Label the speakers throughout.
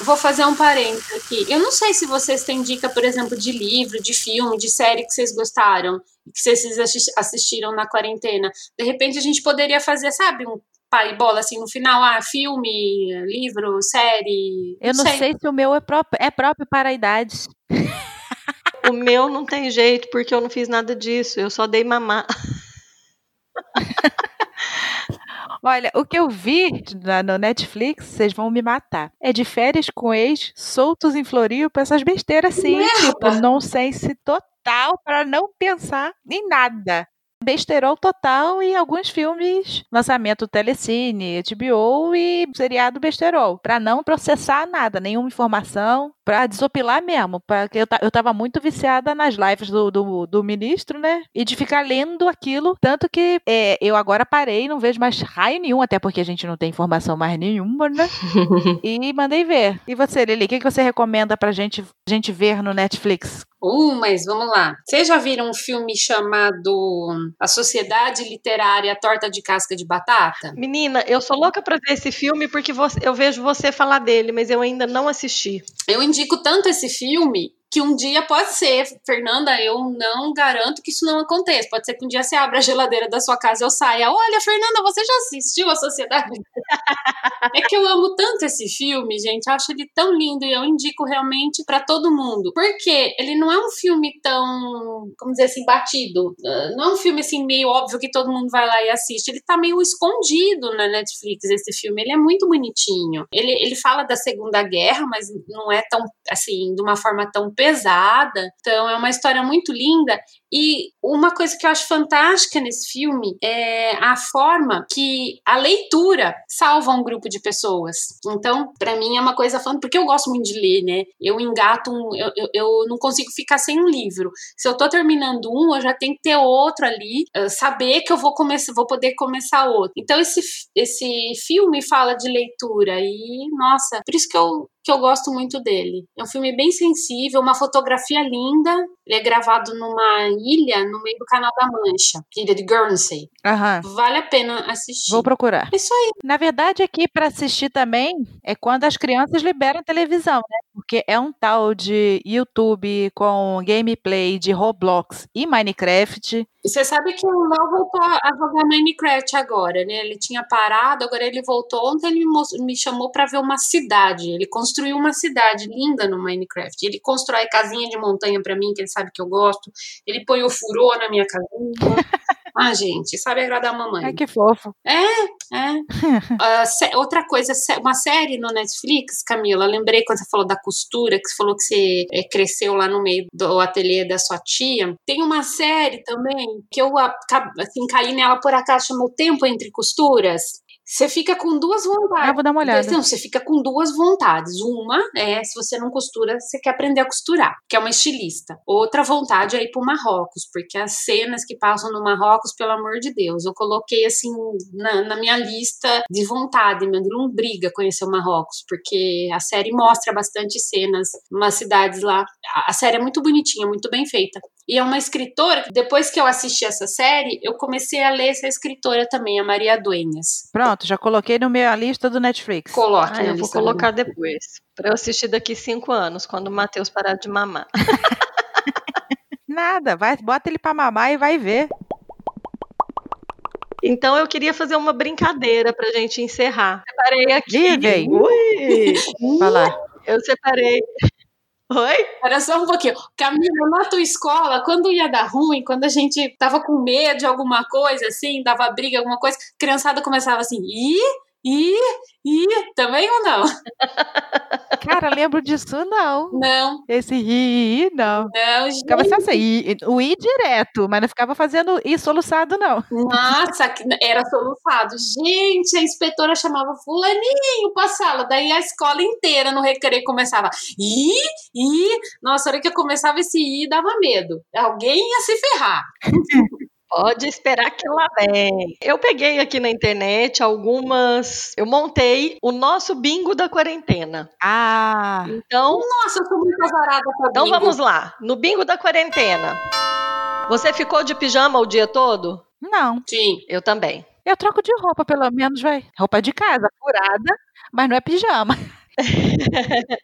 Speaker 1: vou fazer um parênteses aqui. Eu não sei se vocês têm dica, por exemplo, de livro, de filme, de série que vocês gostaram, que vocês assistiram na quarentena. De repente a gente poderia fazer, sabe, um pai bola assim no final, ah, filme, livro, série.
Speaker 2: Eu não sei, se o meu é próprio, é próprio para a idade.
Speaker 3: O meu não tem jeito, porque eu não fiz nada disso. Eu só dei mamar.
Speaker 2: Olha, o que eu vi na, no Netflix, vocês vão me matar. É de férias com ex, soltos em Florio, pra essas besteiras assim.
Speaker 1: Merda!
Speaker 2: Tipo, nonsense total pra não pensar em nada. Besterol total e alguns filmes, lançamento Telecine, HBO e seriado Besterol, pra não processar nada, nenhuma informação, pra desopilar mesmo, pra, que eu, ta- eu tava muito viciada nas lives do, do, do ministro, né, e de ficar lendo aquilo, tanto que é, eu agora parei, não vejo mais raio nenhum, até porque a gente não tem informação mais nenhuma, né, e mandei ver. E você, Lili, o que, que você recomenda pra gente, gente ver no Netflix?
Speaker 1: Uh, mas vamos lá. Vocês já viram um filme chamado A Sociedade Literária Torta de Casca de Batata?
Speaker 3: Menina, eu sou louca pra ver esse filme porque você- eu vejo você falar dele, mas eu ainda não assisti.
Speaker 1: Eu indico tanto esse filme que um dia pode ser, Fernanda, eu não garanto que isso não aconteça. Pode ser que um dia você abra a geladeira da sua casa e eu saia. Olha, Fernanda, você já assistiu A Sociedade? é que eu amo tanto esse filme, gente. Eu acho ele tão lindo e eu indico realmente pra todo mundo. Porque ele não é um filme tão, como dizer assim, batido. Ah, Não é um filme assim meio óbvio que todo mundo vai lá e assiste. Ele tá meio escondido na Netflix esse filme. Ele é muito bonitinho. Ele, ele fala da Segunda Guerra, mas não é tão assim, de uma forma tão pesada. Então é uma história muito linda. E uma coisa que eu acho fantástica nesse filme é a forma que a leitura salva um grupo de pessoas. Então, pra mim é uma coisa fantástica, porque eu gosto muito de ler, né? Eu engato um, eu, eu, eu não consigo ficar sem um livro. Se eu tô terminando um, eu já tenho que ter outro ali, eh, saber que eu vou começar, vou poder começar outro. Então esse f- esse filme fala de leitura e nossa, por isso que eu que eu gosto muito dele. É um filme bem sensível, uma fotografia linda. Ele é gravado numa ilha no meio do Canal da Mancha, ilha de Guernsey.
Speaker 2: Aham.
Speaker 1: Vale a pena assistir.
Speaker 2: Vou procurar.
Speaker 1: Isso aí.
Speaker 2: Na verdade, aqui para assistir também é quando as crianças liberam televisão, né? Porque é um tal de YouTube com gameplay de Roblox e Minecraft.
Speaker 1: Você sabe que o Léo voltou a jogar Minecraft agora, né? Ele tinha parado, agora ele voltou. Ontem ele me, mos- me chamou pra ver uma cidade. Ele construiu uma cidade linda no Minecraft. Ele constrói casinha de montanha pra mim, que ele sabe que eu gosto. Ele põe o furô na minha casinha. ah, gente, sabe agradar a mamãe.
Speaker 2: Ai, que fofo.
Speaker 1: É. Ah, sé- outra coisa, sé- uma série no Netflix, Camila, lembrei quando você falou da costura, que você falou que você eh, cresceu lá no meio do ateliê da sua tia. Tem uma série também que eu aca- assim, caí nela por acaso, chama O Tempo Entre Costuras. Você fica com duas vontades.
Speaker 2: Ah, vou dar uma
Speaker 1: Então,
Speaker 2: olhada.
Speaker 1: Não, você fica com duas vontades. Uma é se você não costura, você quer aprender a costurar, que é uma estilista. Outra vontade é ir para Marrocos, porque as cenas que passam no Marrocos, pelo amor de Deus, eu coloquei assim na, na minha lista de vontade, meu de lombriga conhecer o Marrocos, porque a série mostra bastante cenas, umas cidades lá. A- a série é muito bonitinha, muito bem feita. E é uma escritora, que depois que eu assisti essa série, eu comecei a ler essa escritora também, a Maria Duenas.
Speaker 2: Pronto, já coloquei no meu a lista do Netflix.
Speaker 1: Coloque na
Speaker 3: Ah, eu vou
Speaker 2: é
Speaker 1: lista do-
Speaker 3: colocar depois. Pra eu assistir daqui cinco anos, quando o Matheus parar de mamar.
Speaker 2: Nada, vai, bota ele pra mamar e vai ver.
Speaker 3: Então eu queria fazer uma brincadeira pra gente encerrar. Separei aqui.
Speaker 2: Ih, vem.
Speaker 3: Ui!
Speaker 2: Vai lá.
Speaker 3: Eu separei. Oi?
Speaker 1: Era só um pouquinho. Camila, na tua escola, quando ia dar ruim, quando a gente tava com medo de alguma coisa, assim, dava briga, alguma coisa, criançada começava assim, ih, ih, ih, também ou não?
Speaker 2: Cara, lembro disso não.
Speaker 1: Não,
Speaker 2: Esse ri, não.
Speaker 1: não, gente.
Speaker 2: Ficava só assim, i- i- o i direto, mas não ficava fazendo i soluçado, não.
Speaker 1: Nossa, que- era soluçado. Gente, a inspetora chamava fulaninho pra sala, daí a escola inteira no recreio começava, ih, ih. Nossa, a hora que eu começava esse ih, dava medo. Alguém ia se ferrar.
Speaker 3: Pode esperar que lá vem. Eu peguei aqui na internet algumas. Eu montei o nosso bingo da quarentena.
Speaker 2: Ah,
Speaker 3: Então,
Speaker 1: Nossa, eu tô muito azarada com a
Speaker 3: então
Speaker 1: briga.
Speaker 3: vamos lá. No bingo da quarentena. Você ficou de pijama o dia todo?
Speaker 2: não.
Speaker 1: Sim.
Speaker 3: Eu também.
Speaker 2: Eu troco de roupa, pelo menos, vai. Roupa de casa, furada, mas não é pijama.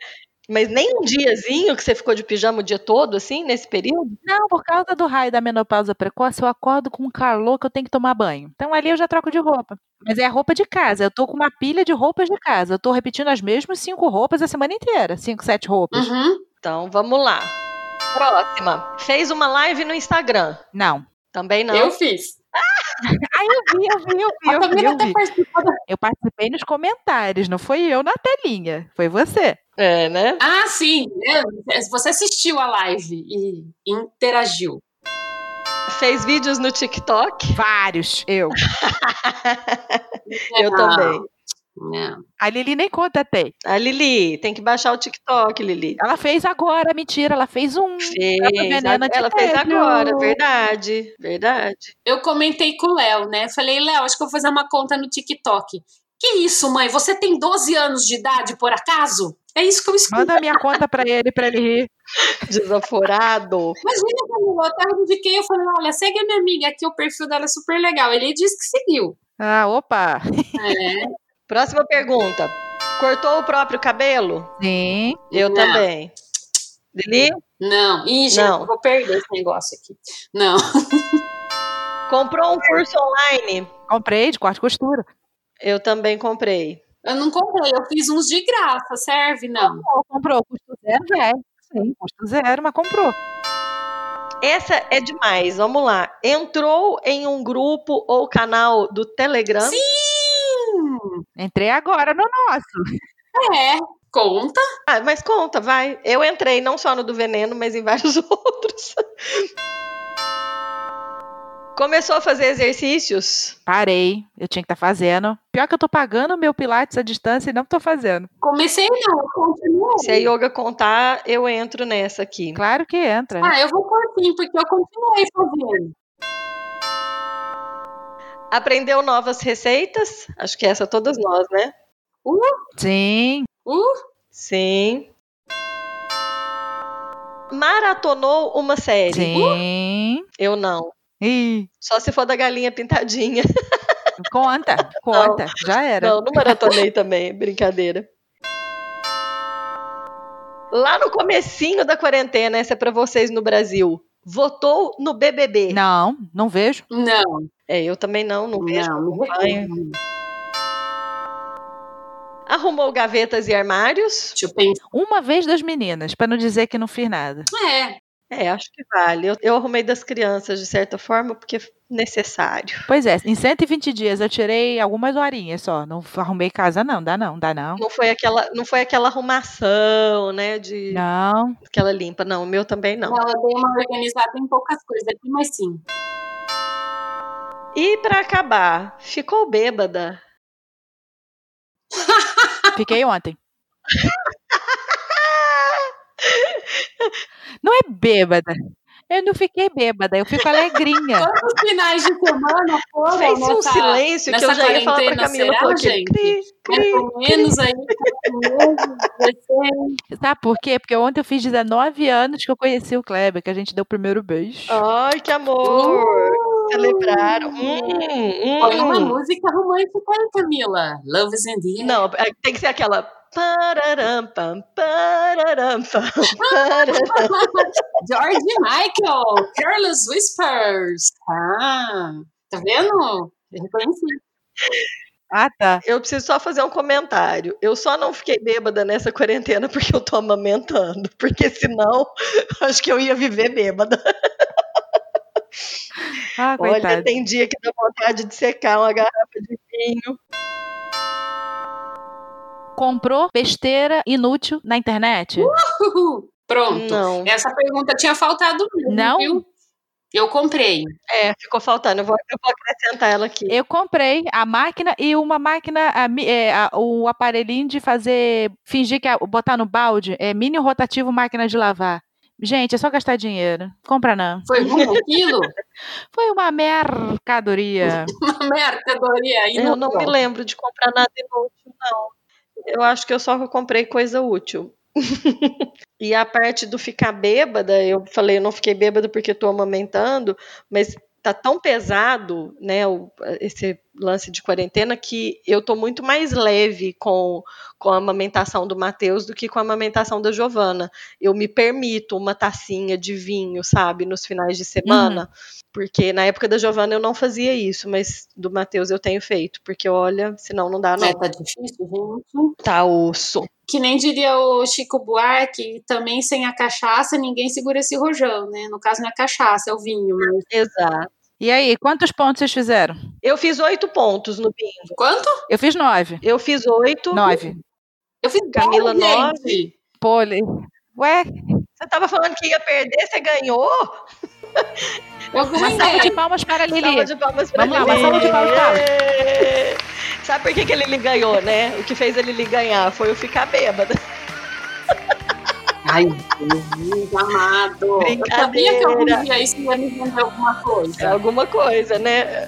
Speaker 3: Mas nem um diazinho que você ficou de pijama o dia todo, assim, nesse período?
Speaker 2: Não, por causa do raio da menopausa precoce, eu acordo com um calor que eu tenho que tomar banho. Então ali eu já troco de roupa. Mas é a roupa de casa. Eu tô com uma pilha de roupas de casa. Eu tô repetindo as mesmas cinco roupas a semana inteira. Cinco, sete roupas.
Speaker 1: Uhum.
Speaker 3: Então, vamos lá. Próxima. Fez uma live no Instagram.
Speaker 2: Não.
Speaker 3: Também não.
Speaker 1: Eu fiz.
Speaker 2: Aí eu vi, eu vi, eu vi,
Speaker 1: a
Speaker 2: eu vi,
Speaker 1: Camila
Speaker 2: eu
Speaker 1: até
Speaker 2: vi.
Speaker 1: participou da-
Speaker 2: Eu participei nos comentários, não foi eu na telinha. Foi você.
Speaker 3: É, né?
Speaker 1: Ah, sim. né? Você assistiu a live e interagiu.
Speaker 3: Fez vídeos no TikTok.
Speaker 2: Vários. Eu.
Speaker 1: Ah,
Speaker 3: Eu também.
Speaker 1: Não.
Speaker 2: A Lili nem conta tem.
Speaker 3: A Lili, tem que baixar o TikTok, Lili.
Speaker 2: Ela fez agora, mentira, ela fez um.
Speaker 3: Fez,
Speaker 2: Ela foi veneno
Speaker 3: ela,
Speaker 2: de
Speaker 3: fez
Speaker 2: tédio.
Speaker 3: agora, verdade, verdade.
Speaker 1: Eu comentei com o Léo, né? Falei, Léo, acho que eu vou fazer uma conta no TikTok. Que isso, mãe? Você tem 12 anos de idade, por acaso? É isso que eu escuto.
Speaker 2: Manda a minha conta pra ele, pra ele rir.
Speaker 3: Desaforado.
Speaker 1: Imagina, Camila, eu até indiquei, eu falei, olha, segue a minha amiga aqui, o perfil dela é super legal. Ele disse que seguiu.
Speaker 2: Ah, opa.
Speaker 1: É.
Speaker 3: Próxima pergunta. Cortou o próprio cabelo?
Speaker 2: Sim.
Speaker 3: Eu
Speaker 1: Não.
Speaker 3: também. Lili,
Speaker 1: Não, ih, gente,
Speaker 3: Não.
Speaker 1: eu vou perder esse negócio aqui. Não.
Speaker 3: comprou um curso online?
Speaker 2: Comprei de corte e costura.
Speaker 3: Eu também comprei.
Speaker 1: Eu não comprei, eu fiz uns de graça, serve? Não.
Speaker 2: Comprou, comprou. Custo zero, é. velho. Sim, custo zero, mas comprou.
Speaker 3: Essa é demais, vamos lá. Entrou em um grupo ou canal do Telegram?
Speaker 1: Sim!
Speaker 2: Entrei agora no nosso.
Speaker 1: É, conta.
Speaker 3: Ah, mas conta, vai. Eu entrei não só no do veneno, mas em vários outros. Começou a fazer exercícios?
Speaker 2: Parei. Eu tinha que estar fazendo. Pior que eu tô pagando o meu Pilates à distância e não tô fazendo.
Speaker 1: Comecei não, eu continuei.
Speaker 3: Se a yoga contar, eu entro nessa aqui.
Speaker 2: Claro que entra. né?
Speaker 3: né?
Speaker 1: Ah, eu vou pôr sim, porque eu continuei fazendo.
Speaker 3: Aprendeu novas receitas? Acho que essa todas nós, né?
Speaker 2: Ah, Sim.
Speaker 1: Uh,
Speaker 3: Sim. Maratonou uma série?
Speaker 2: Sim.
Speaker 3: Eu não.
Speaker 2: Ih,
Speaker 3: Só se for da galinha pintadinha.
Speaker 2: conta, conta. Já era.
Speaker 3: Não, não maratonei também, brincadeira. Lá no comecinho da quarentena, essa é pra vocês no Brasil. Votou no BBB.
Speaker 2: Não, não vejo.
Speaker 1: não,
Speaker 3: É, eu também não, não vejo.
Speaker 1: não, não vou
Speaker 3: acompanho. Arrumou gavetas e armários?
Speaker 1: Deixa eu pensar.
Speaker 2: Uma vez das meninas, pra não dizer que não fiz nada.
Speaker 1: É,
Speaker 3: É, acho que vale. Eu, eu arrumei das crianças, de certa forma, porque é necessário.
Speaker 2: Pois é, em 120 dias eu tirei algumas horinhas só. Não arrumei casa, não. Dá não, dá não.
Speaker 3: Não foi aquela, não foi aquela arrumação, né? De
Speaker 2: Não.
Speaker 3: aquela limpa. Não, o meu também não.
Speaker 1: ela deu uma organizada em poucas coisas aqui, mas sim.
Speaker 3: E pra acabar, ficou bêbada.
Speaker 2: Fiquei ontem. Não é bêbada. Eu não fiquei bêbada, eu fico alegrinha.
Speaker 1: Quantos finais de semana foram né, tá
Speaker 3: Fez um
Speaker 1: nessa-
Speaker 3: silêncio que eu
Speaker 1: nessa
Speaker 3: já ia falar pra
Speaker 1: quarentena,
Speaker 3: Camila.
Speaker 1: será,
Speaker 3: pô, que
Speaker 1: gente?
Speaker 3: cri,
Speaker 1: Mais
Speaker 3: cri.
Speaker 1: ou menos aí, quatro meses, vai ser-
Speaker 2: Sabe por quê? Porque ontem eu fiz 19 anos que eu conheci o Kleber, que a gente deu o primeiro beijo.
Speaker 3: Ai, que amor! Celebraram. Hum,
Speaker 1: Põe Uh! uma
Speaker 3: hum.
Speaker 1: um música romântica aí, Camila. Love is in the air.
Speaker 3: Não, é, tem que ser aquela. Pararam, pam, pararam, pam, pararam.
Speaker 1: George Michael, Careless Whispers. Ah, tá vendo? Eu reconheci.
Speaker 2: Ah, tá.
Speaker 3: Eu preciso só fazer um comentário. Eu só não fiquei bêbada nessa quarentena porque eu tô amamentando. Porque senão, acho que eu ia viver bêbada.
Speaker 2: Ah,
Speaker 3: Olha,
Speaker 2: coitado.
Speaker 3: tem dia que dá vontade de secar uma garrafa de vinho.
Speaker 2: Comprou besteira inútil na internet?
Speaker 1: Uhul. Pronto.
Speaker 3: Não.
Speaker 1: Essa pergunta tinha faltado mesmo,
Speaker 2: Não?
Speaker 1: viu? Eu comprei.
Speaker 3: É, ficou faltando. Eu vou, eu vou acrescentar ela aqui.
Speaker 2: Eu comprei a máquina e uma máquina, a mi- é, a- o aparelhinho de fazer, fingir que é- botar no balde, é mini rotativo máquina de lavar. Gente, é só gastar dinheiro. Compra não.
Speaker 1: Foi ruim aquilo?
Speaker 2: Foi uma mercadoria.
Speaker 1: Uma mercadoria aí.
Speaker 3: Eu não me lembro de comprar nada inútil, não. Eu acho que eu só comprei coisa útil. e a parte do ficar bêbada, eu falei, eu não fiquei bêbada porque estou amamentando, mas tá tão pesado, né, o- esse lance de quarentena que eu tô muito mais leve com, com a amamentação do Matheus do que com a amamentação da Giovana. Eu me permito uma tacinha de vinho, sabe, nos finais de semana, porque na época da Giovana eu não fazia isso, mas do Matheus eu tenho feito, porque olha, senão não dá não.
Speaker 1: É, tá difícil, gente.
Speaker 3: Tá osso.
Speaker 1: Que nem diria o Chico Buarque, também sem a cachaça ninguém segura esse rojão, né? No caso não é cachaça, é o vinho. Mas...
Speaker 3: Exato.
Speaker 2: E aí, quantos pontos vocês fizeram?
Speaker 3: Eu fiz oito pontos no bingo.
Speaker 1: Quanto?
Speaker 2: Eu fiz nove.
Speaker 3: Eu fiz oito.
Speaker 2: Nove.
Speaker 1: Eu fiz
Speaker 3: Camila,
Speaker 1: dez, gente.
Speaker 3: nove.
Speaker 2: Pô, le- ué,
Speaker 3: Você tava falando que ia perder, você ganhou?
Speaker 1: Eu
Speaker 2: uma salva
Speaker 1: ganhei.
Speaker 2: de palmas para a
Speaker 3: Salva
Speaker 2: Lili.
Speaker 3: de palmas pra
Speaker 2: Vamos lá, uma
Speaker 3: Lili.
Speaker 2: salva de palmas tá. pra ela.
Speaker 3: Êêê! Sabe por que, que a Lili ganhou, né? O que fez a Lili ganhar foi eu ficar bêbada.
Speaker 1: Ai, Jesus amado. Eu
Speaker 2: É.
Speaker 1: sabia que algum dia isso ia me vender alguma coisa.
Speaker 3: Alguma coisa, né?